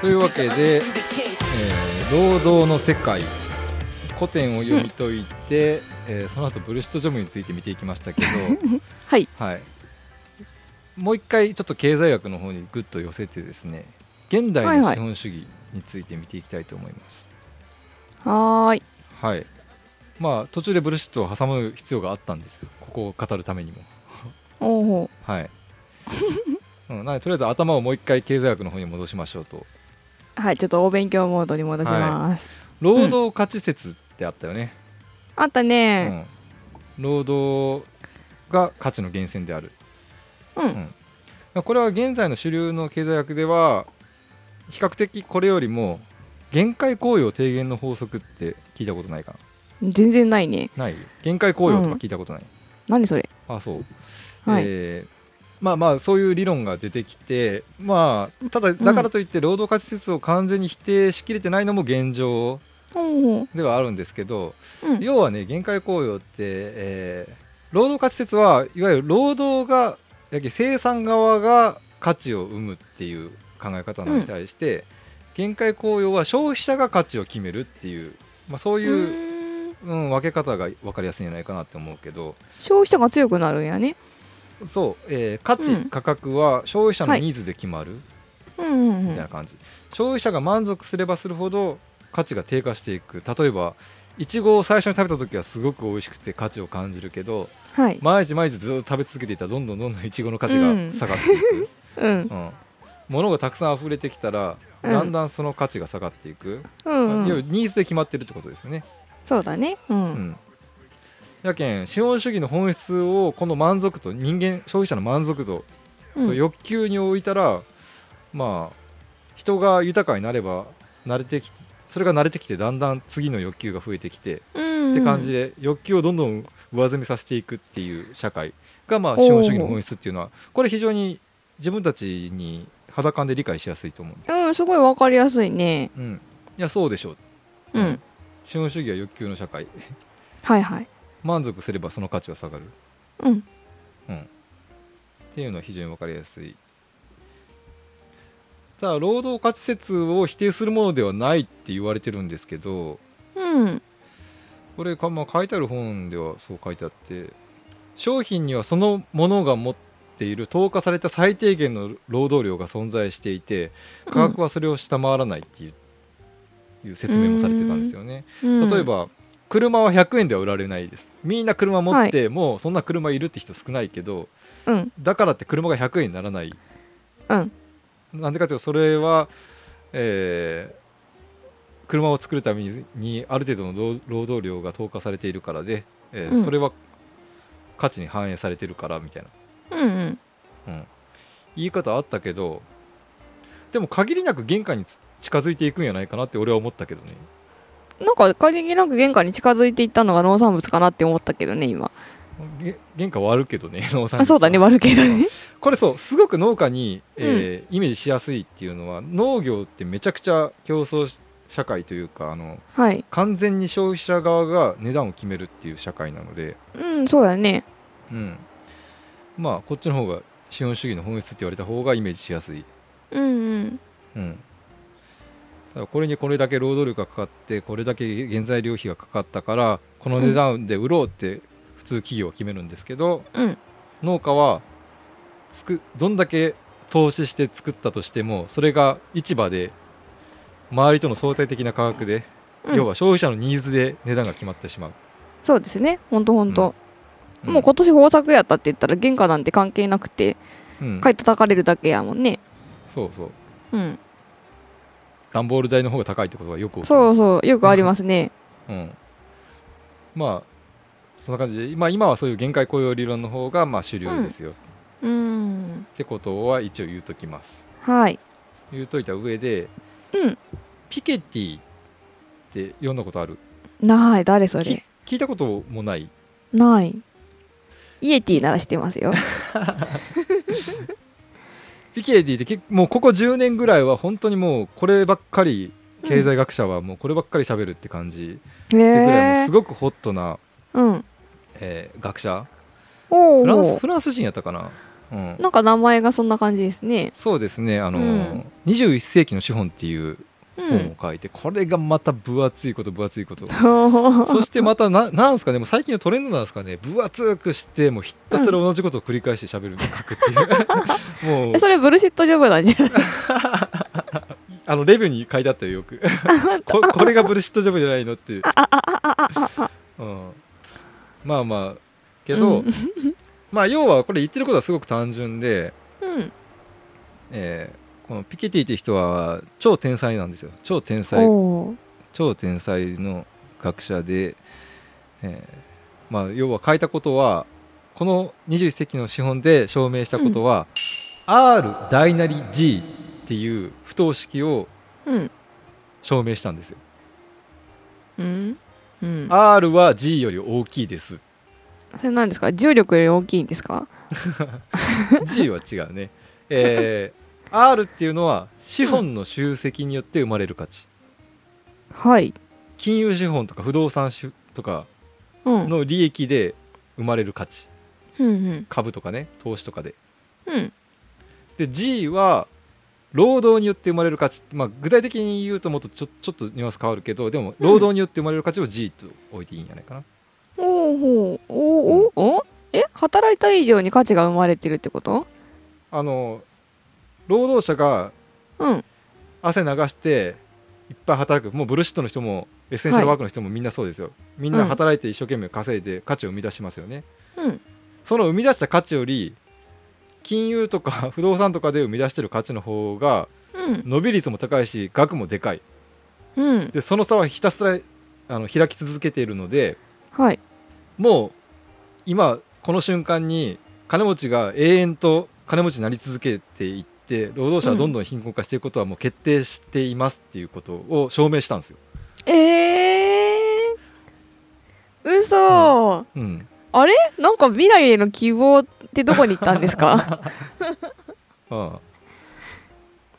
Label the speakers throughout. Speaker 1: というわけで、えー、労働の世界古典を読み解いて、えーその後ブルシットジョブについて見ていきましたけど、
Speaker 2: はい
Speaker 1: はい、もう一回ちょっと経済学の方にぐっと寄せてですね現代の資本主義について見ていきたいと思います。
Speaker 2: はーい
Speaker 1: はい、まあ途中でブルシットを挟む必要があったんですよここを語るためにも。
Speaker 2: おお
Speaker 1: はい、うん、なのでとりあえず頭をもう一回経済学の方に戻しましょうと。
Speaker 2: はいちょっとお勉強モードに戻します、
Speaker 1: 労働価値説ってあったよね、
Speaker 2: あった
Speaker 1: う
Speaker 2: ね
Speaker 1: ん労働が価値の源泉である
Speaker 2: うん、
Speaker 1: んこれは現在の主流の経済学では比較的これよりも限界行為を低減の法則って聞いたことないか
Speaker 2: 全然ないね
Speaker 1: なない限界行為とか聞いたことない、
Speaker 2: 何それ
Speaker 1: あそう、
Speaker 2: はい
Speaker 1: えーまあまあそういう理論が出てきてまあただだからといって労働価値説を完全に否定しきれてないのも現状
Speaker 2: おお
Speaker 1: ではあるんですけど、
Speaker 2: うん
Speaker 1: 要はね限界雇用って、えー労働価値説はいわゆる労働がやけ生産側が価値を生むっていう考え方なのに対して、限界雇用は消費者が価値を決めるっていう、まあ、そう
Speaker 2: う
Speaker 1: いう、
Speaker 2: ーん
Speaker 1: うん、分け方が分かりやすいんじゃないかなって思うけど
Speaker 2: 消費者が強くなるんやね
Speaker 1: そう、えー価値、
Speaker 2: うん
Speaker 1: 価格は消費者の
Speaker 2: はい
Speaker 1: ニーズで決まる
Speaker 2: うんうんう
Speaker 1: みたいなん感じ、消費者が満足すればするほど価値が低下していく例えばいちごを最初に食べた時はすごく美味しくて価値を感じるけど
Speaker 2: はい
Speaker 1: 毎日毎日ずっと食べ続けていたらどんどんどんどんいちごの価値が下がってい く、
Speaker 2: うん
Speaker 1: うん物がたくさん溢れてきたら
Speaker 2: うん
Speaker 1: だんだんその価値が下がっていく、
Speaker 2: うん
Speaker 1: 要
Speaker 2: う
Speaker 1: は
Speaker 2: ん
Speaker 1: ニーズで決まってるってことですよね。
Speaker 2: そうだねう
Speaker 1: うんんやけん資本主義の本質をこの満足度人間消費者の満足度
Speaker 2: う
Speaker 1: と
Speaker 2: ん
Speaker 1: 欲求に置いたら、まあ人が豊かになれば慣れてきそれが慣れてきてだんだん次の欲求が増えてきて
Speaker 2: うん
Speaker 1: って感じで欲求をどんどん上積みさせていくっていう社会がまあ資本主義の本質っていうのはこれ非常に自分たちに肌感で理解しやすいと思うんだ、
Speaker 2: うんすごいわかりやすいね
Speaker 1: うん、いやそうでしょう
Speaker 2: うん
Speaker 1: 資本主義は欲求の社会
Speaker 2: はいはい
Speaker 1: 満足すればその価値は下がるっ
Speaker 2: うん
Speaker 1: ていうのは非常に分かりやすいただ労働価値説を否定するものではないって言われてるんですけど
Speaker 2: うん
Speaker 1: これか、まあ、書いてある本ではそう書いてあって商品にはそのものが持っている投下された最低限の労働量が存在していて価格はそれを下回らないっていう,、いう説明もされてたんですよね、
Speaker 2: うん
Speaker 1: 例えば車は100円では売られないですみんな車持って、もうそんな車いるって人少ないけど
Speaker 2: うん
Speaker 1: だからって車が100円にならない
Speaker 2: うん
Speaker 1: なんでかというとそれは、えー車を作るためににある程度の労労働量が投下されているからで、えー
Speaker 2: うん
Speaker 1: それは価値に反映されてるからみたいな、
Speaker 2: うんうん
Speaker 1: うん、言い方あったけどでも限りなく限界につ近づいていくんじゃないかなって俺は思ったけどね
Speaker 2: なんか限りなく玄関に近づいていったのが農産物かなって思ったけどね今
Speaker 1: げ原価割るけどね 農産物
Speaker 2: あそうだね悪いけどね
Speaker 1: これそうすごく農家に、えーイメージしやすいっていうのは農業ってめちゃくちゃ競争し社会というかあの
Speaker 2: はい
Speaker 1: 完全に消費者側が値段を決めるっていう社会なので、
Speaker 2: うんそうやね
Speaker 1: うん、まあこっちの方が資本主義の本質って言われた方がイメージしやすい、
Speaker 2: うんうん
Speaker 1: うん、ただこれにこれだけ労働力がかかってこれだけ原材料費がかかったからこの値段で売ろうって普通企業は決めるんですけど、
Speaker 2: うん
Speaker 1: 農家はつくどんだけ投資して作ったとしてもそれが市場で周りとの相対的な価格で、
Speaker 2: うん
Speaker 1: 要は消費者のニーズで値段が決まってしまう。
Speaker 2: そうですねほんとほんと、
Speaker 1: うん
Speaker 2: もう今年豊作やったって言ったら原価なんて関係なくて
Speaker 1: うん
Speaker 2: 買い叩かれるだけやもんね
Speaker 1: そうそう
Speaker 2: うん
Speaker 1: 段ボール代の方が高いってことがよく起き
Speaker 2: そ
Speaker 1: ま
Speaker 2: う
Speaker 1: す
Speaker 2: そうよくありますね
Speaker 1: うん、まあそんな感じで、まあ、今はそういう限界雇用理論の方がまあ主流ですよ、っ
Speaker 2: うん
Speaker 1: てことは一応言うときます
Speaker 2: はい
Speaker 1: 言うといた上で
Speaker 2: うん
Speaker 1: ピケティって読んだことある
Speaker 2: ない誰それ
Speaker 1: 聞いたこともない
Speaker 2: ないイエティならしてますよ
Speaker 1: ピケティって結もうここ10年ぐらいは本当にもうこればっかり経済学者はもうこればっかり喋るって感じ、
Speaker 2: へ
Speaker 1: ってぐらいもう
Speaker 2: え
Speaker 1: すごくホットな、
Speaker 2: うん
Speaker 1: えー学者
Speaker 2: お
Speaker 1: フランス
Speaker 2: お
Speaker 1: フランス人やったかな、うん、
Speaker 2: なんか名前がそんな感じですね
Speaker 1: そうですね、あの
Speaker 2: うん
Speaker 1: 21世紀の資本」っていう
Speaker 2: う
Speaker 1: 本
Speaker 2: ん
Speaker 1: を書いて、これがまた分厚いこと分厚い こと
Speaker 2: そ
Speaker 1: そしてまたななんすかねもう最近のトレンドなんですかね分厚くしてもうひたすら同じことを繰り返してしゃべる書くっていう もう
Speaker 2: れブルシットジョブなんじゃない
Speaker 1: あのレビューに書いてあったよよく ここれがブルシットジョブじゃないのって、うん、まあまあけど、
Speaker 2: うん
Speaker 1: まあ要はこれ言ってることはすごく単純で、
Speaker 2: うん
Speaker 1: えーこのピケティって人は超天才なんですよ超天才
Speaker 2: おー
Speaker 1: 超天才の学者で、えーまあ、要は書いたことはこの21世紀の資本で証明したことは、R 大なり G っていう不等式を
Speaker 2: うん
Speaker 1: 証明したんですよ。
Speaker 2: うんうん
Speaker 1: R は G より大きいです。
Speaker 2: それなんですか重力より大きいんですか
Speaker 1: G は違うね。えー R っていうのは資本の集積によって生まれる価値。
Speaker 2: はい
Speaker 1: 金融資本とか不動産資とか
Speaker 2: うん
Speaker 1: の利益で生まれる価値。
Speaker 2: うんうん
Speaker 1: 株とかね、投資とかで。
Speaker 2: うん
Speaker 1: で G は労働によって生まれる価値、まあ、具体的に言うともっとちょちょっとニュアンス変わるけどでも
Speaker 2: うん
Speaker 1: 労働によって生まれる価値を G と置いていいんじゃないかな、
Speaker 2: おーほーおーおーおえ働いた以上に価値が生まれてるってこと
Speaker 1: あの労働者が
Speaker 2: うん
Speaker 1: 汗流していっぱい働くもうブルシットの人もエッセンシャルワークの人もみんなそうですよ、みんな働いて一生懸命稼いで価値を生み出しますよね
Speaker 2: うん
Speaker 1: その生み出した価値より金融とか 不動産とかで生み出してる価値の方が
Speaker 2: うん
Speaker 1: 伸び率も高いし額もでかい
Speaker 2: うん
Speaker 1: でその差はひたすらあの開き続けているので
Speaker 2: はい
Speaker 1: もう今この瞬間に金持ちが永遠と金持ちになり続けていって労働者はどんどん貧困化していくことはもう決定していますっていうことを証明したんですよ。
Speaker 2: えー嘘、
Speaker 1: うん、
Speaker 2: あれなんか未来への希望ってどこに行ったんで すか
Speaker 1: ああ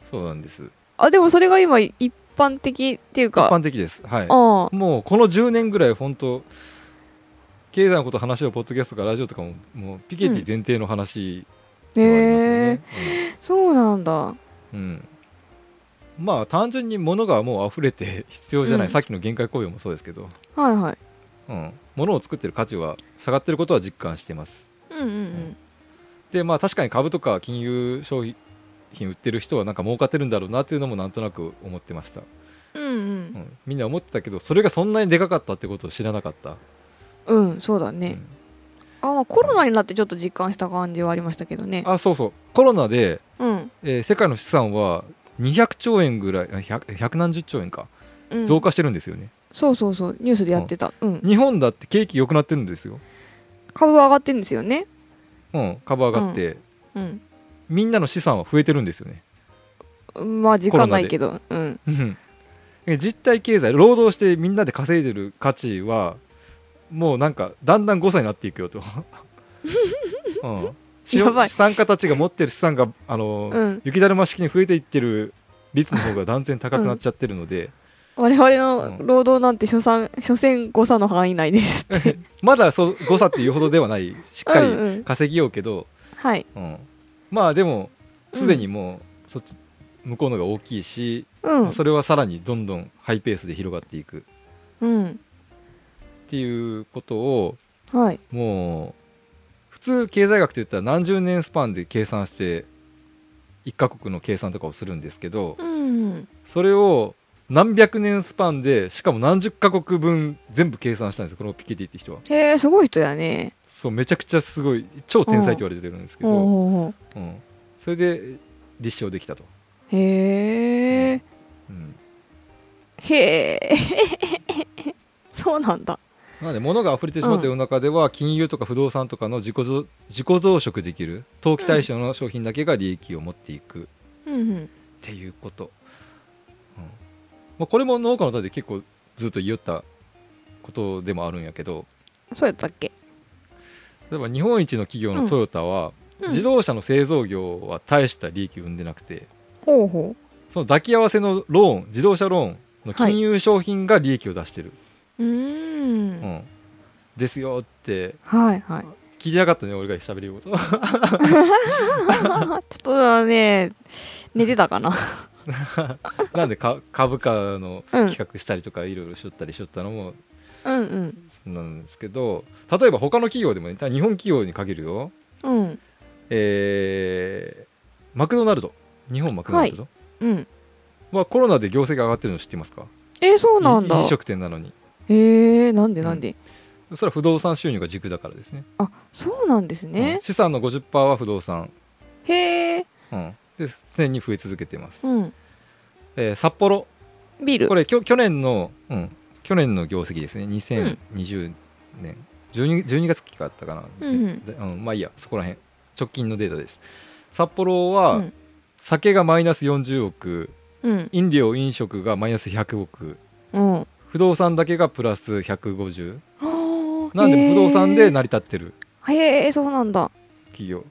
Speaker 1: そうなんです。一
Speaker 2: あでもそれが今一般的っていうか
Speaker 1: 般的です。はい。
Speaker 2: ああ
Speaker 1: もうこの10年ぐらい本当経済のこと話をポッドキャストとかラジオとかももうピケティ前提の話
Speaker 2: へ
Speaker 1: ではありますよ
Speaker 2: え
Speaker 1: ね。
Speaker 2: そうなんだ
Speaker 1: うんうんまあ単純に物がもう溢れて必要じゃない、
Speaker 2: うん
Speaker 1: さっきの限界雇用もそうですけど、
Speaker 2: はいはい
Speaker 1: うん、物を作ってる価値は下がってることは実感してます
Speaker 2: うんうん
Speaker 1: でまあ確かに株とか金融商品売ってる人はなんか儲かってるんだろうなっていうのもなんとなく思ってました、
Speaker 2: うんうん
Speaker 1: うん、みんな思ってたけどそれがそんなにでかかったってことを知らなかった、
Speaker 2: うんうんそうだ
Speaker 1: う
Speaker 2: ね
Speaker 1: ん
Speaker 2: あまあコロナになってちょっと実感した感じはありましたけどね
Speaker 1: あそうそうコロナで、
Speaker 2: うん
Speaker 1: えー世界の資産は200兆円ぐらいあ 100, 100何十兆円か
Speaker 2: うん
Speaker 1: 増加してるんですよね、
Speaker 2: そうそうそうニュースでやってたうん
Speaker 1: 日本だって景気良くなってるんですよ、
Speaker 2: 株は上がってんですよね
Speaker 1: うん、株上がって、
Speaker 2: うん
Speaker 1: みんなの資産は増えてるんですよね
Speaker 2: まあ時間ないけどうん
Speaker 1: うん実体経済労働してみんなで稼いでる価値はもうなんかだんだん誤差になっていくよと、 うん、資
Speaker 2: やばい
Speaker 1: 産家たちが持ってる資産があの、
Speaker 2: うん
Speaker 1: 雪だるま式に増えていってる率の方が断然高くなっちゃってるので、
Speaker 2: 我々の労働なんて所詮所詮誤差の範囲内ですって
Speaker 1: まだそう誤差っていうほどではないしっか
Speaker 2: うんう
Speaker 1: り
Speaker 2: ん
Speaker 1: 稼ぎようけど、
Speaker 2: はい
Speaker 1: うんまあでもすでにもうそっち向こうのが大きいし、
Speaker 2: うん
Speaker 1: それはさらにどんどんハイペースで広がっていくっ
Speaker 2: うん
Speaker 1: ていうことを
Speaker 2: はい
Speaker 1: もう普通経済学って言ったら何十年スパンで計算して一カ国の計算とかをするんですけど
Speaker 2: うん
Speaker 1: それを何百年スパンでしかも何十カ国分全部計算したんですよこのピケティって人は
Speaker 2: へえすごい人やね
Speaker 1: そうめちゃくちゃすごい超天才って言われてるんですけ
Speaker 2: ほう
Speaker 1: ど、
Speaker 2: ほう
Speaker 1: う
Speaker 2: ほ
Speaker 1: ん、それで立証できたと、
Speaker 2: うへえ
Speaker 1: うん、
Speaker 2: へえ そうなんだ
Speaker 1: なので物が溢れてしまった世の中では金融とか不動産とかの自己増自己増殖できる投機対象の商品だけが利益を持っていく、
Speaker 2: うんうん
Speaker 1: っていうこと、うんまあ、これも農家の歌で結構ずっと言いよったことでもあるんやけど
Speaker 2: そうやったっけ
Speaker 1: 例えば日本一の企業のトヨタは、
Speaker 2: うん
Speaker 1: 自動車の製造業は大した利益を生んでなくて
Speaker 2: ほうほ
Speaker 1: その抱き合わせのローン自動車ローンの金融商品が利益を出してる、
Speaker 2: ううー
Speaker 1: うんん、ですよって
Speaker 2: はいはい
Speaker 1: 聞いてなかったね俺が喋りようこと
Speaker 2: ちょっとだね寝てたかな
Speaker 1: なんでか株価の
Speaker 2: うん
Speaker 1: 企画したりとかいろいろしょったりしょったのも
Speaker 2: うん
Speaker 1: そんなんですけど例えば他の企業でもねただ日本企業に限るよ
Speaker 2: うんうん
Speaker 1: えーマクドナルド日本マクドナルド
Speaker 2: うん
Speaker 1: はコロナで業績が上がってるの知ってますか
Speaker 2: えー、そうなんだ
Speaker 1: い飲食店なのに
Speaker 2: えー、なんでなんで、
Speaker 1: それは不動産収入が軸だからですね
Speaker 2: あそうなんです
Speaker 1: う
Speaker 2: ね
Speaker 1: ん、資産の50%は不動産、
Speaker 2: へえ
Speaker 1: うん、で常に増え続けてます、
Speaker 2: うん
Speaker 1: えー札幌
Speaker 2: ビール
Speaker 1: これきょ去年の、うん、去年の業績ですね2020年、12, 12月期かあったかな、
Speaker 2: うんうん
Speaker 1: でうんまあいいやそこら辺直近のデータです札幌は、
Speaker 2: うん
Speaker 1: 酒がマイナス40億
Speaker 2: うん
Speaker 1: 飲料飲食がマイナス100億
Speaker 2: うんは
Speaker 1: 不動産だけがプラス150
Speaker 2: あ
Speaker 1: なんで不動産で
Speaker 2: へ
Speaker 1: 成り立ってる
Speaker 2: ーへえそうなんだ
Speaker 1: 企業、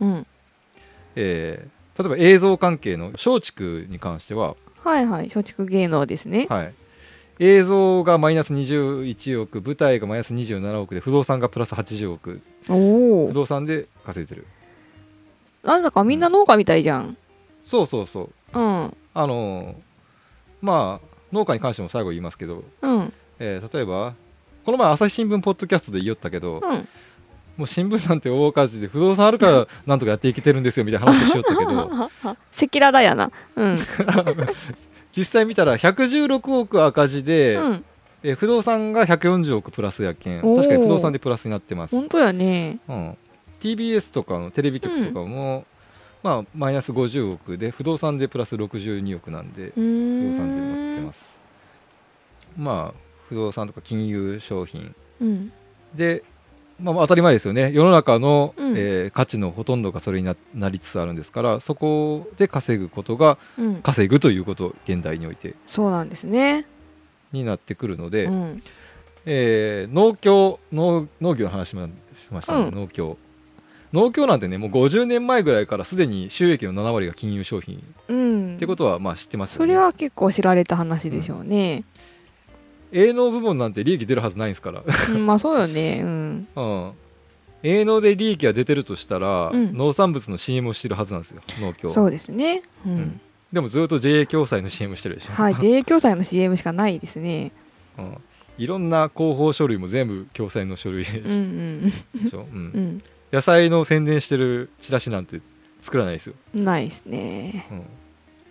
Speaker 2: うん
Speaker 1: えー例えば映像関係の松竹に関しては、
Speaker 2: はいはい松竹芸能ですね
Speaker 1: はい、映像がマイナス21億舞台がマイナス27億で不動産がプラス80億
Speaker 2: お
Speaker 1: 不
Speaker 2: お
Speaker 1: 動産で稼いでる
Speaker 2: なんだかみんな農家みたいじゃん
Speaker 1: そうそうそう
Speaker 2: うん
Speaker 1: あのーまあ農家に関しても最後言いますけど、
Speaker 2: うん
Speaker 1: えー例えばこの前朝日新聞ポッドキャストで言いよったけど、
Speaker 2: うん
Speaker 1: もう新聞なんて大火事で不動産あるからなんとかやっていけてるんですよみたいな話をしよったけ ど
Speaker 2: 赤裸々やなうん
Speaker 1: 実際見たら116億赤字で、
Speaker 2: うん
Speaker 1: えー不動産が140億プラスやけん
Speaker 2: おー
Speaker 1: 確かに不動産でプラスになってます、
Speaker 2: 本当やね
Speaker 1: うん、TBS とかのテレビ局とかも、まあ、マイナス50億で不動産でプラス62億なんで
Speaker 2: うー
Speaker 1: 不
Speaker 2: ん
Speaker 1: 動産で持ってますまあ不動産とか金融商品
Speaker 2: うん
Speaker 1: で、まあ、まあ当たり前ですよね世の中の、
Speaker 2: うん
Speaker 1: えー価値のほとんどがそれにななりつつあるんですからそこで稼ぐことが
Speaker 2: うん
Speaker 1: 稼ぐということ現代において
Speaker 2: そうなんですね
Speaker 1: になってくるので、
Speaker 2: うん
Speaker 1: えー農協農農業の話もしましたね、
Speaker 2: うん
Speaker 1: 農協農協なんてねもう50年前ぐらいからすでに収益の7割が金融商品、
Speaker 2: うん
Speaker 1: ってことはまあ知ってますよ
Speaker 2: そ
Speaker 1: ね
Speaker 2: れは結構知られた話でしょうね、
Speaker 1: 営農部門なんて利益出るはずないんですから、
Speaker 2: うんまあそうよねうん
Speaker 1: うん、営農で利益が出てるとしたら、
Speaker 2: うん
Speaker 1: 農産物の CM をしてるはずなんですよ農協
Speaker 2: そうですねうん、
Speaker 1: うんでもずっと JA 共済の CM してるでしょ、
Speaker 2: はい JA 共済の CM しかないですね
Speaker 1: うん、いろんな広報書類も全部共済の書類
Speaker 2: うん
Speaker 1: でしょ、う、
Speaker 2: うんん
Speaker 1: 野菜の宣伝してるチラシなんて作らないですよ
Speaker 2: うんないですね
Speaker 1: うん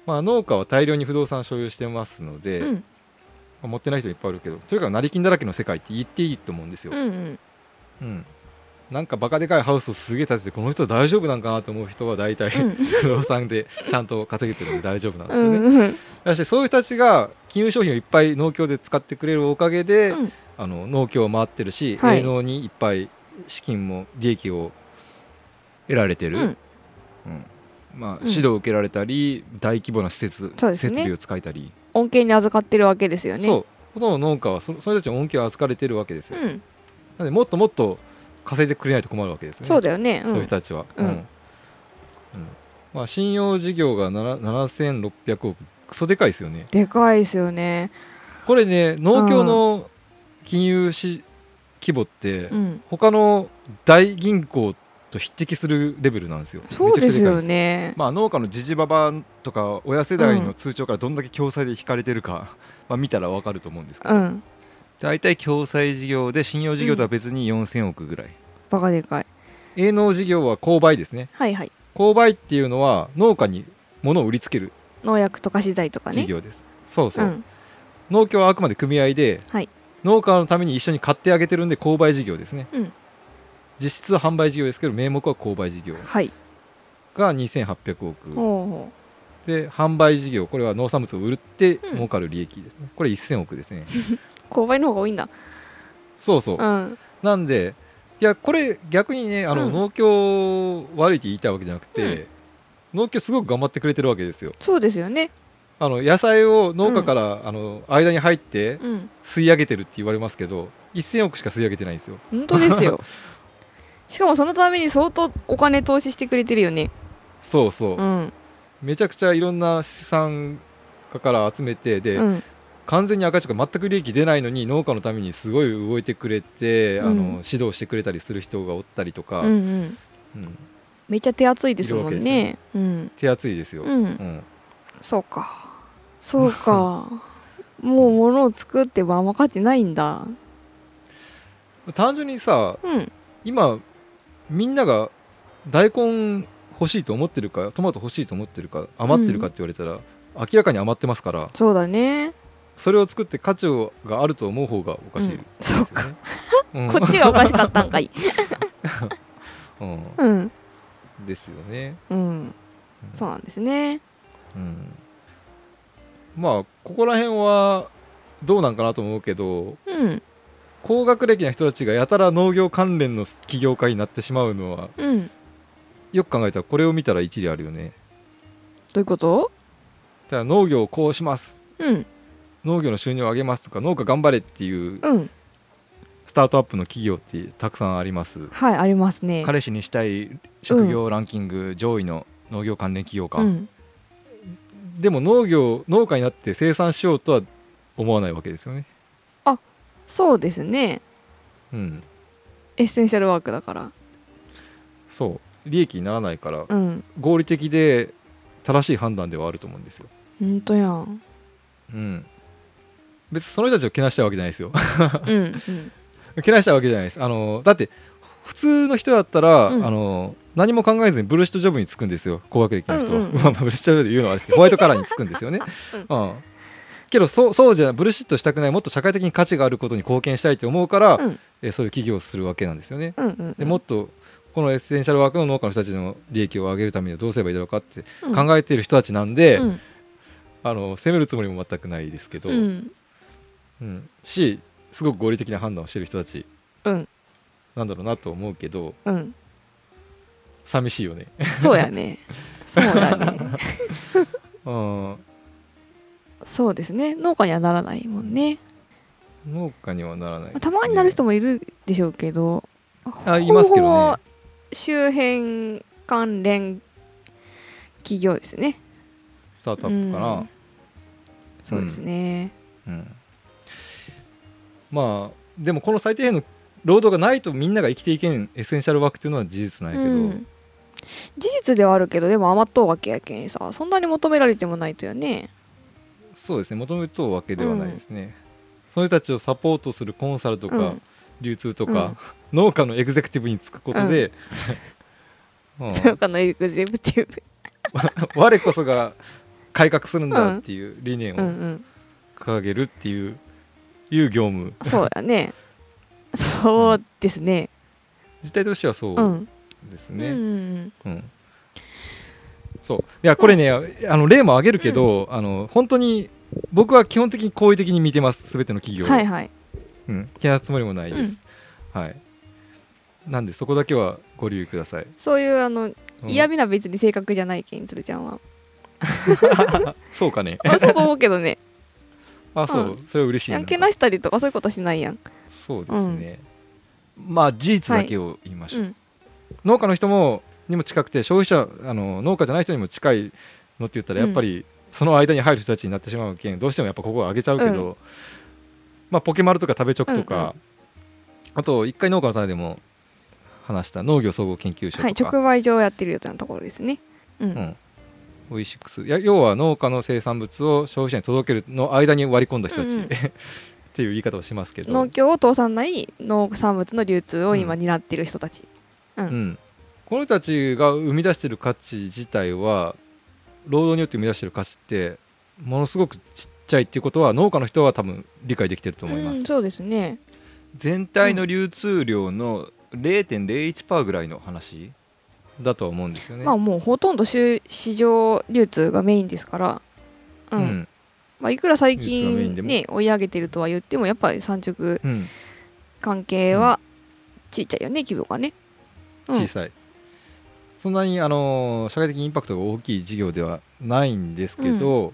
Speaker 1: まあ、農家は大量に不動産所有してますので、
Speaker 2: うん
Speaker 1: まあ持ってない人いっぱいいるけどとにかく成金だらけの世界って言っていいと思うんですよ、
Speaker 2: うんうん
Speaker 1: うんなんかバカでかいハウスをすげえ建ててこの人大丈夫なんかなと思う人は大体、 不動産でちゃんと稼げてるんで大丈夫なんで
Speaker 2: う
Speaker 1: すよね、
Speaker 2: んうん
Speaker 1: だしそういう人たちが金融商品をいっぱい農協で使ってくれるおかげで、
Speaker 2: うん
Speaker 1: あの農協を回ってるし、
Speaker 2: はい
Speaker 1: 営農にいっぱい資金も利益を得られてる、
Speaker 2: うん
Speaker 1: うんまあ、
Speaker 2: ん
Speaker 1: 指導を受けられたり、大規模な施設、
Speaker 2: そうです
Speaker 1: 設
Speaker 2: ね
Speaker 1: 備を使えたり、
Speaker 2: 恩恵に預かってるわけですよね
Speaker 1: そうほとんど農家はそその人たちの恩恵を預かれてるわけですよ、
Speaker 2: うん
Speaker 1: なのでもっともっと稼いでくれないと困るわけですよね
Speaker 2: そうだよね
Speaker 1: そういう人たちは、
Speaker 2: うん
Speaker 1: うんまあ、信用事業がなら7600億クソでかいですよね
Speaker 2: でかいですよね
Speaker 1: これね農協の金融し規模って、
Speaker 2: うん
Speaker 1: 他の大銀行と匹敵するレベルなんですよ
Speaker 2: そう
Speaker 1: め
Speaker 2: ですよ
Speaker 1: ちゃくちゃでかいんです
Speaker 2: ね
Speaker 1: まあ、農家のじじばばとか親世代の通帳からどんだけ共済で引かれてるか、 まあ、見たらわかると思うんですけど、
Speaker 2: うん
Speaker 1: 大体共済事業で信用事業とは別に4000億ぐらい、
Speaker 2: バカでかい
Speaker 1: 営農事業は購買ですね
Speaker 2: はいはい
Speaker 1: 購買っていうのは農家に物を売りつける
Speaker 2: 農薬とか資材とかね
Speaker 1: 事業です、そうそう、
Speaker 2: うん
Speaker 1: 農協はあくまで組合で、
Speaker 2: はい
Speaker 1: 農家のために一緒に買ってあげてるんで購買事業ですね、
Speaker 2: うん
Speaker 1: 実質は販売事業ですけど名目は購買事業
Speaker 2: はい
Speaker 1: が2800億
Speaker 2: ほうほ
Speaker 1: で販売事業これは農産物を売って
Speaker 2: うん
Speaker 1: 儲かる利益ですね、これ1000億ですね
Speaker 2: う購買の方が多いんだ
Speaker 1: そうそう、
Speaker 2: うん
Speaker 1: なんでいやこれ逆にねあの、
Speaker 2: うん
Speaker 1: 農協悪いって言いたいわけじゃなくて、農協すごく頑張ってくれてるわけですよ
Speaker 2: そうですよね
Speaker 1: あの野菜を農家から、あの間に入って
Speaker 2: うん
Speaker 1: 吸い上げてるって言われますけど1000億しか吸い上げてないんですよ
Speaker 2: 本当です よしかもそのために相当お金投資してくれてるよね
Speaker 1: そうそう、
Speaker 2: うん
Speaker 1: めちゃくちゃいろんな資産家から集めてで、
Speaker 2: うん
Speaker 1: 完全に赤字とか全く利益出ないのに農家のためにすごい動いてくれて、
Speaker 2: うん
Speaker 1: あの指導してくれたりする人がおったりとか、
Speaker 2: うんうん
Speaker 1: うん
Speaker 2: めっちゃ手厚いですも
Speaker 1: いるわけ
Speaker 2: ん
Speaker 1: ですよ
Speaker 2: ねうん
Speaker 1: 手厚いですよ、
Speaker 2: うん
Speaker 1: うん
Speaker 2: そうかそう かもう物を作ってばあんま価値ないんだ
Speaker 1: 単純にさ
Speaker 2: うん
Speaker 1: 今みんなが大根欲しいと思ってるかトマト欲しいと思ってるか余ってるかって言われたら、明らかに余ってますから
Speaker 2: そうだね
Speaker 1: それを作って価値があると思う方がおかしい、
Speaker 2: うんそうか、
Speaker 1: うん
Speaker 2: こっちがおかしかったんかい
Speaker 1: う
Speaker 2: うん
Speaker 1: ん、ですよね、
Speaker 2: うん
Speaker 1: うん
Speaker 2: そうなんですね
Speaker 1: うんまあここら辺はどうなんかなと思うけど
Speaker 2: うん
Speaker 1: 高学歴な人たちがやたら農業関連の起業家になってしまうのは
Speaker 2: うんど
Speaker 1: よく考えたらこれを見たら一理あるよね
Speaker 2: ういうこと
Speaker 1: だから農業をこうします
Speaker 2: うん
Speaker 1: 農業の収入を上げますとか農家頑張れっていう
Speaker 2: うん
Speaker 1: スタートアップの企業ってたくさんあります
Speaker 2: はいありますね
Speaker 1: 彼氏にしたい職業ランキング上位の農業関連企業家、
Speaker 2: うん
Speaker 1: でも農業農家になって生産しようとは思わないわけですよね
Speaker 2: そうですね
Speaker 1: うん
Speaker 2: エッセンシャルワークだから
Speaker 1: そう利益にならないから
Speaker 2: うん
Speaker 1: 合理的で正しい判断ではあると思うんですよ
Speaker 2: ほんとやん
Speaker 1: うん別にその人たちをけなしたいわけじゃないですよ
Speaker 2: うんうん
Speaker 1: けなしたいわけじゃないですあのだって普通の人だったら、
Speaker 2: うん
Speaker 1: あの何も考えずにブルシットジョブに就くんですよ高学歴の人は、
Speaker 2: うん うん
Speaker 1: まあブルシットジョブで言うのはあれですけどホワイトカラーに就くんですよ ね、うんけどそうそうじゃないブルシットしたくないもっと社会的に価値があることに貢献したいと思うから、
Speaker 2: うん
Speaker 1: えーそういう企業をするわけなんですよね
Speaker 2: うんうん
Speaker 1: でもっとこのエッセンシャルワークの農家の人たちの利益を上げるためにはどうすればいいだろうかって
Speaker 2: うん
Speaker 1: 考えている人たちなんで、
Speaker 2: うん
Speaker 1: あの責めるつもりも全くないですけど、
Speaker 2: うん
Speaker 1: うんしすごく合理的な判断をしてる人たち
Speaker 2: うん
Speaker 1: なんだろうなと思うけど
Speaker 2: うん
Speaker 1: 寂しいよね。
Speaker 2: そうやねそうだね
Speaker 1: うん
Speaker 2: そうですね農家にはならないもんね
Speaker 1: 農家にはならないですね、
Speaker 2: まあたまになる人もいるでしょうけど
Speaker 1: あいますけどね
Speaker 2: 周辺関連企業ですね
Speaker 1: スタートアップかな、
Speaker 2: うんそうですね、
Speaker 1: うんまあでもこの最低限の労働がないとみんなが生きていけんエッセンシャルワークっていうのは事実なんやけど、
Speaker 2: うん事実ではあるけどでも余っとうわけやけんさそんなに求められてもないとよね
Speaker 1: そうですね求めとうわけではないですね、その人たちをサポートするコンサルとか、
Speaker 2: うん
Speaker 1: 流通とか、農家のエグゼクティブに就くことで、うん
Speaker 2: 農家のエグゼクティブ
Speaker 1: 我こそが改革するんだっていう理念
Speaker 2: うんう
Speaker 1: を
Speaker 2: ん
Speaker 1: 掲げるっていう,、いう業務
Speaker 2: そうやねそうですね
Speaker 1: 実態としては そううんです
Speaker 2: うんう
Speaker 1: ね。
Speaker 2: ん
Speaker 1: うんそういやこれね、あの例も挙げるけど、あの本当に僕は基本的に好意的に見てます全ての企
Speaker 2: う
Speaker 1: 業
Speaker 2: ん
Speaker 1: を
Speaker 2: はいはい
Speaker 1: うん、けなすつもりもないです、はいなんでそこだけはご留意ください、
Speaker 2: そういうあの
Speaker 1: うん
Speaker 2: 嫌味な別に性格じゃないけんつるちゃ んは
Speaker 1: そうかね
Speaker 2: あそうと思うけどね
Speaker 1: あそう、 それは嬉しい
Speaker 2: や
Speaker 1: なん
Speaker 2: けなしたりとかそういうことしないやん
Speaker 1: そうですね、まあ事実だけを言いましょう、
Speaker 2: うん
Speaker 1: 農家の人もにも近くて消費者あの農家じゃない人にも近いのって言ったら
Speaker 2: う
Speaker 1: や
Speaker 2: ん
Speaker 1: っぱりその間に入る人たちになってしまうけんどうしてもやっぱここは上げちゃうけど、
Speaker 2: う
Speaker 1: まあ、ポケマルとか食べチョクと
Speaker 2: うんう
Speaker 1: か、あと一回農家の種でも話した農業総合研究所とか、
Speaker 2: はい直売所をやってるようなところですねうん、
Speaker 1: うん、オイシックスいや要は農家の生産物を消費者に届けるの間に割り込んだ人たち、
Speaker 2: うんうん
Speaker 1: っていう言い方をしますけど、
Speaker 2: 農協を通さない農産物の流通を今
Speaker 1: うん
Speaker 2: 担ってる人たち、
Speaker 1: うん、この人たちが生み出してる価値自体は労働によって生み出してる価値ってものすごくちっちゃいっていうことは農家の人は多分理解できてると思います、
Speaker 2: うんそうですね
Speaker 1: 全体の流通量の0.01%ぐらいの話だとは思うんですよね、
Speaker 2: まあもうほとんど市市場流通がメインですから、う
Speaker 1: うんん
Speaker 2: まあ、いくら最
Speaker 1: 流通がメイン
Speaker 2: 近
Speaker 1: でも
Speaker 2: ね追い上げてるとは言ってもやっぱり産直
Speaker 1: うん
Speaker 2: 関係はちっちゃいよね規模がね、うん、
Speaker 1: 小さい、そんなにあのー社会的インパクトが大きい事業ではないんですけど、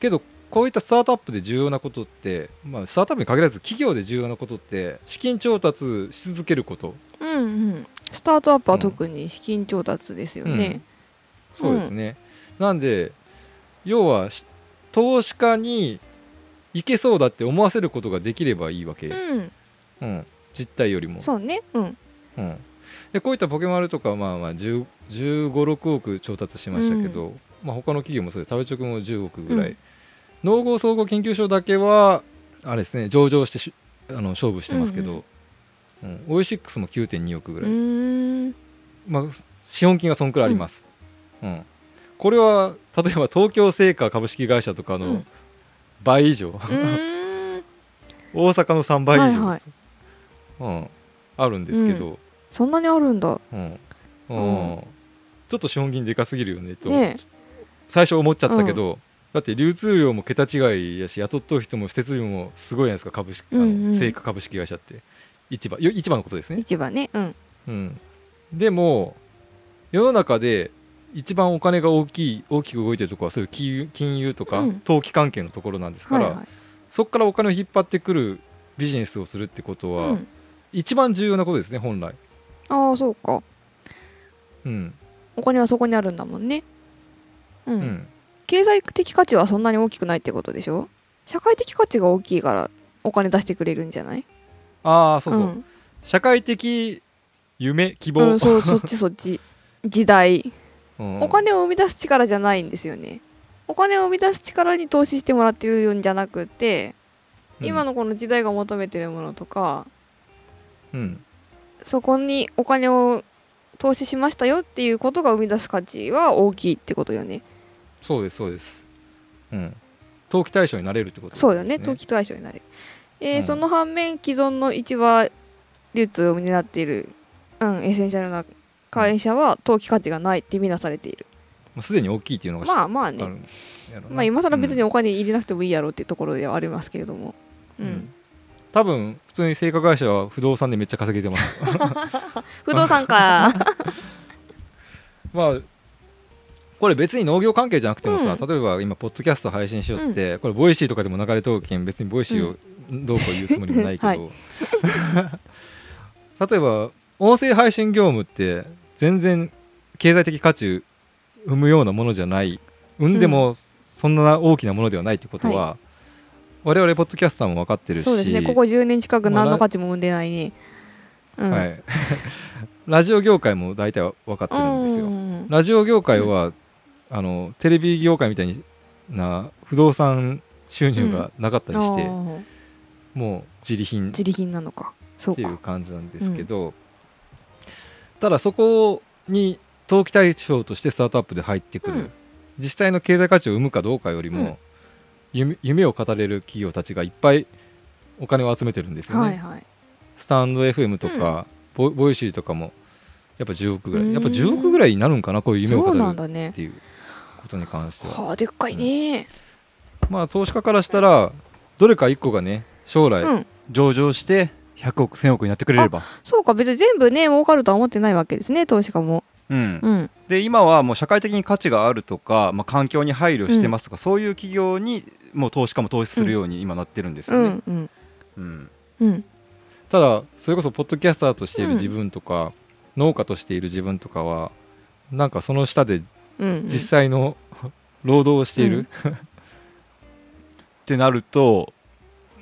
Speaker 1: けどこういったスタートアップで重要なことって、まあ、スタートアップに限らず企業で重要なことって資金調達し続けること
Speaker 2: うんうんスタートアップは特に資金調達ですよね、
Speaker 1: そうですね、なんで要はし投資家にいけそうだって思わせることができればいいわけ、
Speaker 2: うん、
Speaker 1: うん実態よりも
Speaker 2: そうねうん
Speaker 1: うん、でこういったポケマルとかはまあまあ1 5 6億調達しましたけど、まあ、他の企業もそうです食べチョクも10億ぐらい、
Speaker 2: うん
Speaker 1: 農業総合研究所だけはあれですね上場してしあの勝負してますけど、うんオイシックスも9.2億ぐ
Speaker 2: う
Speaker 1: らい、
Speaker 2: ーん
Speaker 1: まあ、資本金がそんくらいあります、うんこれは例えば東京製菓株式会社とか
Speaker 2: う
Speaker 1: の
Speaker 2: ん
Speaker 1: 倍以上、
Speaker 2: う ーん
Speaker 1: 大阪の3倍以上、
Speaker 2: はいはい
Speaker 1: うん、あるんですけど、
Speaker 2: そんなにあるんだ
Speaker 1: うん
Speaker 2: うん
Speaker 1: うんちょっと資本金でかすぎるよねと、
Speaker 2: ねえ
Speaker 1: 最初思っちゃったけど、だって流通量も桁違いやし雇っとる人も施設量もすごいじゃないですか株式あ
Speaker 2: うんう
Speaker 1: の
Speaker 2: ん
Speaker 1: 成果株式会社って市場よ市場のことですね、
Speaker 2: 市場ねうん
Speaker 1: うん、でも世の中で一番お金が大きい大きく動いてるところはそういう金融金融とか
Speaker 2: うん
Speaker 1: 投機関係のところなんですか
Speaker 2: はい
Speaker 1: ら、
Speaker 2: はい
Speaker 1: そこからお金を引っ張ってくるビジネスをするってことは、
Speaker 2: うん
Speaker 1: 一番重要なことですね本来、
Speaker 2: ああそうか
Speaker 1: うん
Speaker 2: お金はそこにあるんだもんねう、
Speaker 1: うんん、
Speaker 2: 経済的価値はそんなに大きくないってことでしょ社会的価値が大きいからお金出してくれるんじゃない
Speaker 1: ああそうそう、
Speaker 2: ん
Speaker 1: 社会的夢希望、
Speaker 2: うん、そうそっちそっち時代
Speaker 1: うん
Speaker 2: お金を生み出す力じゃないんですよねお金を生み出す力に投資してもらってるんじゃなくて、今
Speaker 1: の、
Speaker 2: のこの時代が求めてるものとか
Speaker 1: うん
Speaker 2: そこにお金を投資しましたよっていうことが生み出す価値は大きいってことよね
Speaker 1: そうですそうですうん投機対象になれるってことです
Speaker 2: そうよね投機対象になる、えー
Speaker 1: うん
Speaker 2: その反面既存の市場流通を担っている、うん、エッセンシャルな会社は投機価値がないってみなされている、
Speaker 1: まあすでに大きいっていうのが
Speaker 2: まあまあ
Speaker 1: あ
Speaker 2: ね
Speaker 1: るんやろな
Speaker 2: まあ今更別に
Speaker 1: うん
Speaker 2: お金入れなくてもいいやろうっていうところではありますけれども、うん
Speaker 1: うん多分普通に成果会社は不動産でめっちゃ稼げてます
Speaker 2: 不動産か
Speaker 1: まあこれ別に農業関係じゃなくてもさ、
Speaker 2: う
Speaker 1: 例えば今ポッドキャスト配信しよって、これボイシーとかでも流れとるけん別にボイシーをどうこう言うつもりもないけど、
Speaker 2: はい
Speaker 1: 例えば音声配信業務って全然経済的価値生むようなものじゃない生んでもそんな大きなものではないってことは、我々ポッドキャスターも分かってるし
Speaker 2: そうですねここ10年近く何の価値も生んでないね、うん
Speaker 1: はい ラジオ業界も大体は分かってるんですよ。
Speaker 2: うん
Speaker 1: ラジオ業界は、あのテレビ業界みたいにな不動産収入がなかったりして、
Speaker 2: あー
Speaker 1: もう自利品っ
Speaker 2: 自利品なのかそう
Speaker 1: ていう
Speaker 2: か
Speaker 1: 感じなんですけど、ただそこに投機対象としてスタートアップで入ってくる、
Speaker 2: うん
Speaker 1: 実際の経済価値を生むかどうかよりも、
Speaker 2: うん
Speaker 1: 夢夢を語れる企業たちがいっぱいお金を集めてるんですよね。
Speaker 2: はいはい
Speaker 1: スタンド FM とか、ボボイシーとかもやっぱ10億ぐら
Speaker 2: うー
Speaker 1: い
Speaker 2: ん
Speaker 1: やっぱ10億ぐらいになるんかなこういう夢を
Speaker 2: そ
Speaker 1: 語
Speaker 2: う
Speaker 1: る
Speaker 2: なん
Speaker 1: っ
Speaker 2: だね
Speaker 1: ていうことに関しては
Speaker 2: はあでっかいね、
Speaker 1: まあ投資家からしたらどれか1個がね将来
Speaker 2: うん
Speaker 1: 上場して100億1000億になってくれれば、
Speaker 2: そうか別に全部ね儲かるとは思ってないわけですね投資家も、
Speaker 1: うん
Speaker 2: うん、
Speaker 1: で今はもう社会的に価値があるとか、まあ、環境に配慮してますとか、そういう企業にもう投資家も投資するように今なってるんです
Speaker 2: う
Speaker 1: よね、
Speaker 2: んうん
Speaker 1: うん
Speaker 2: うん
Speaker 1: ただそれこそポッドキャスターとしている自分とか、農家としている自分とかはなんかその下で
Speaker 2: うん
Speaker 1: 実際の労働をしている、
Speaker 3: ってなると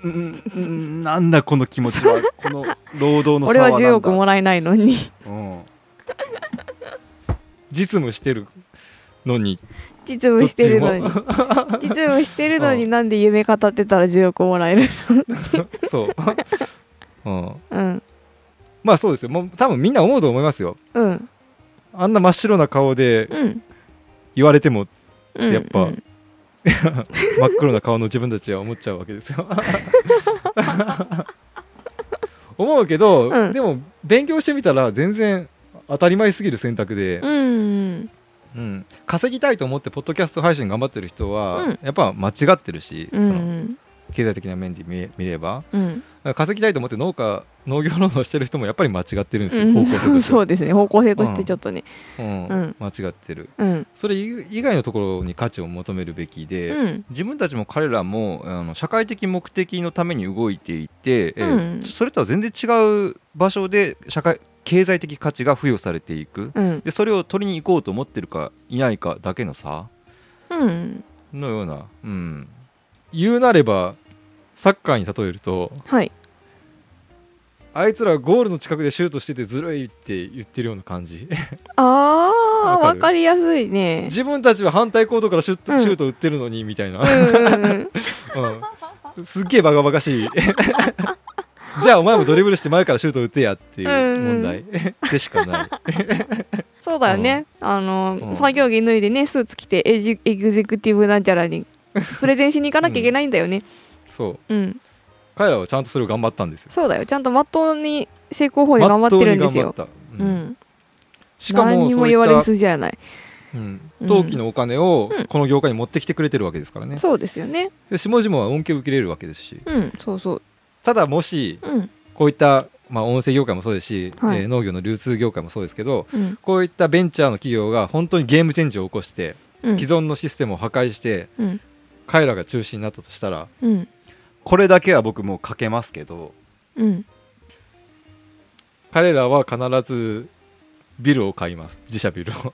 Speaker 3: んんなんだこの気持ち はこの労働の差
Speaker 2: 俺
Speaker 3: は
Speaker 2: は
Speaker 3: なんだ
Speaker 2: 10億もらえないのに
Speaker 3: うん
Speaker 1: 実務してるのに
Speaker 2: 実務してるのに
Speaker 1: どっち
Speaker 2: 実務してるの
Speaker 1: う
Speaker 2: になんで夢語ってたら10億もらえる
Speaker 1: そう、うん、
Speaker 2: うん
Speaker 1: まあそうですよもう多分みんな思うと思いますよ
Speaker 2: うん
Speaker 1: あんな真っ白な顔で
Speaker 2: うん
Speaker 1: 言われても
Speaker 2: うん
Speaker 1: やっぱ
Speaker 2: うん
Speaker 1: 真っ黒な顔の自分たちは思っちゃうわけです よ思うけど、
Speaker 2: うん
Speaker 1: でも勉強してみたら全然当たり前すぎる選択で、
Speaker 2: うん
Speaker 1: うん稼ぎたいと思ってポッドキャスト配信頑張ってる人は、
Speaker 2: うん
Speaker 1: やっぱ間違ってるし、
Speaker 2: うんう
Speaker 1: その
Speaker 2: ん
Speaker 1: 経済的な面で見え見れば
Speaker 2: うん
Speaker 1: 稼ぎたいと思って農家農業労働してる人もやっぱり間違ってるんですよ、
Speaker 2: うん
Speaker 1: 方向性
Speaker 2: そう
Speaker 1: として
Speaker 2: そ
Speaker 1: は
Speaker 2: うですね方向性としてちょっとね
Speaker 1: うん
Speaker 2: うん
Speaker 1: 間違ってる
Speaker 2: うん
Speaker 1: それ以外のところに価値を求めるべきで、
Speaker 2: うん
Speaker 3: 自分たちも彼らもあの社会的目的のために動いていて、えー
Speaker 2: うん
Speaker 3: それとは全然違う場所で社会経済的価値が付与されていく
Speaker 2: うん
Speaker 3: でそれを取りに行こうと思ってるかいないかだけの差
Speaker 2: うん
Speaker 3: のような、うん、
Speaker 1: 言うなればサッカーに例えると
Speaker 2: はい
Speaker 1: あいつらゴールの近くでシュートしててずるいって言ってるような感じ
Speaker 2: ああー
Speaker 1: わか
Speaker 2: わ
Speaker 1: る
Speaker 2: かりやすいね
Speaker 1: 自分たちは反対コートからシュッと、
Speaker 2: うん
Speaker 1: シュート打ってるのにみたいな、
Speaker 2: うんうんうん
Speaker 1: うん、すっげえバカバカしい じゃあお前もドリブルして前からシュート打てやっていう問題でしかない
Speaker 2: そうだよね、あの、
Speaker 1: うん
Speaker 2: 作業着脱いでねスーツ着てエジエグゼクティブなんちゃら にプレゼンしに行かなきゃいけないんだよね
Speaker 1: そう
Speaker 2: うん、
Speaker 1: 彼らはちゃんとそれを頑張ったんですよ
Speaker 2: そうだよちゃんとまっとうに成功法に頑張ってるんですよ
Speaker 1: 真っ当に頑
Speaker 2: う
Speaker 1: 張った、うん
Speaker 2: ん、
Speaker 1: しか
Speaker 2: 何
Speaker 1: も
Speaker 2: に
Speaker 1: そ
Speaker 2: も
Speaker 1: うい
Speaker 2: 言わ
Speaker 1: っ
Speaker 2: れる
Speaker 1: た、
Speaker 2: 筋じゃない
Speaker 1: うん
Speaker 2: うん
Speaker 1: 投機のお金を
Speaker 2: うん
Speaker 1: この業界に持ってきてくれてるわけですからね、
Speaker 2: そうですよね
Speaker 1: で下々は恩恵を受けれるわけですし
Speaker 2: うんそうそう
Speaker 1: ただもし
Speaker 2: うん
Speaker 1: こういった、まあ、音声業界もそうですし、
Speaker 2: はい
Speaker 1: えー農業の流通業界もそうですけど
Speaker 2: うん
Speaker 1: こういったベンチャーの企業が本当にゲームチェンジを起こして
Speaker 2: うん
Speaker 1: 既存のシステムを破壊して
Speaker 2: うん
Speaker 1: 彼らが中心になったとしたら
Speaker 2: うん
Speaker 3: これだけは僕もうかけますけど
Speaker 2: うん
Speaker 1: 彼らは必ずビルを買います自社ビル を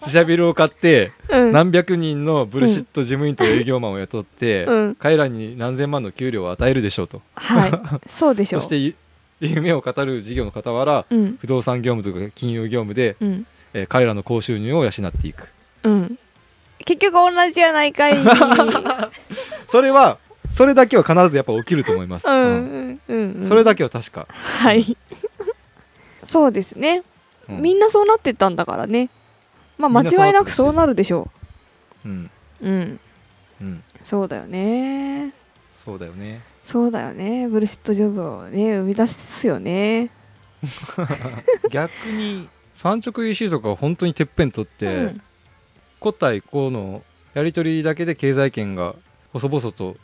Speaker 1: 自社ビルを買って
Speaker 2: うん
Speaker 1: 何百人のブルシット事務員と営業マンを雇って、
Speaker 2: うん
Speaker 1: 彼らに何千万の給料を与えるでしょうと
Speaker 2: はいそうでしょ
Speaker 1: そうしてゆ夢を語る事業の傍ら
Speaker 2: うん
Speaker 1: 不動産業務とか金融業務で、
Speaker 2: うん
Speaker 1: えー彼らの高収入を養っていく
Speaker 2: うん結局同じやないか い
Speaker 1: それはそれだけは必ずやっぱ起きると思います、
Speaker 2: うんうんうん、
Speaker 1: う
Speaker 2: うんん、
Speaker 1: それだけは確か、
Speaker 2: はい。 そうですね。
Speaker 1: うん
Speaker 2: みんなそうなってったんだからね。まあ
Speaker 1: みんなそうなってたし
Speaker 2: 間違いなくそうなるでしょ
Speaker 1: うん
Speaker 2: う。うん。
Speaker 1: うん、
Speaker 2: そうだよね。
Speaker 1: そうだよね
Speaker 2: そうだよね。ブルシットジョブをね、生み出すよね。
Speaker 1: 逆に産直 EC とかは本当にてっぺん取って、
Speaker 2: うん
Speaker 1: 個対個のやり取りだけで経済圏が細々と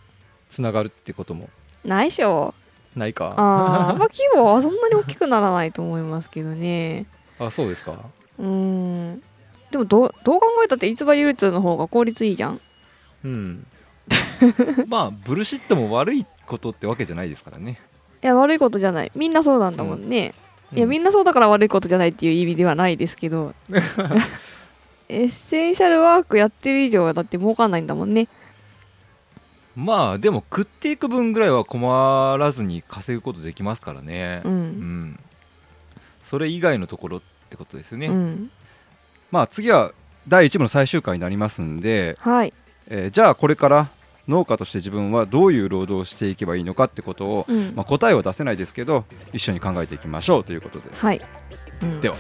Speaker 1: つながるってことも
Speaker 2: ないでしょ。
Speaker 1: ないか
Speaker 2: ああ、まあ規模はそんなに大きくならないと思いますけどね。
Speaker 1: あそうですか
Speaker 2: うん。でもどうどう考えたって偽り流通の方が効率いいじゃん。
Speaker 1: うん まあブルシットも悪いことってわけじゃないですからね、
Speaker 2: いや悪いことじゃない。みんなそうなんだもんね。いやみんなそうだから悪いことじゃないっていう意味ではないですけ どエッセンシャルワークやってる以上はだって儲かんないんだもんね
Speaker 3: まあでも食っていく分ぐらいは困らずに稼ぐことできますからね
Speaker 2: う
Speaker 3: うんんそれ以外のところってことですよね、
Speaker 2: うん
Speaker 3: まあ次は第1部の最終回になりますんで、
Speaker 2: はい
Speaker 3: えーじゃあこれから農家として自分はどういう労働をしていけばいいのかってことを、
Speaker 2: うん
Speaker 3: まあ、答えは出せないですけど一緒に考えていきましょうということで
Speaker 2: はい、うん
Speaker 3: では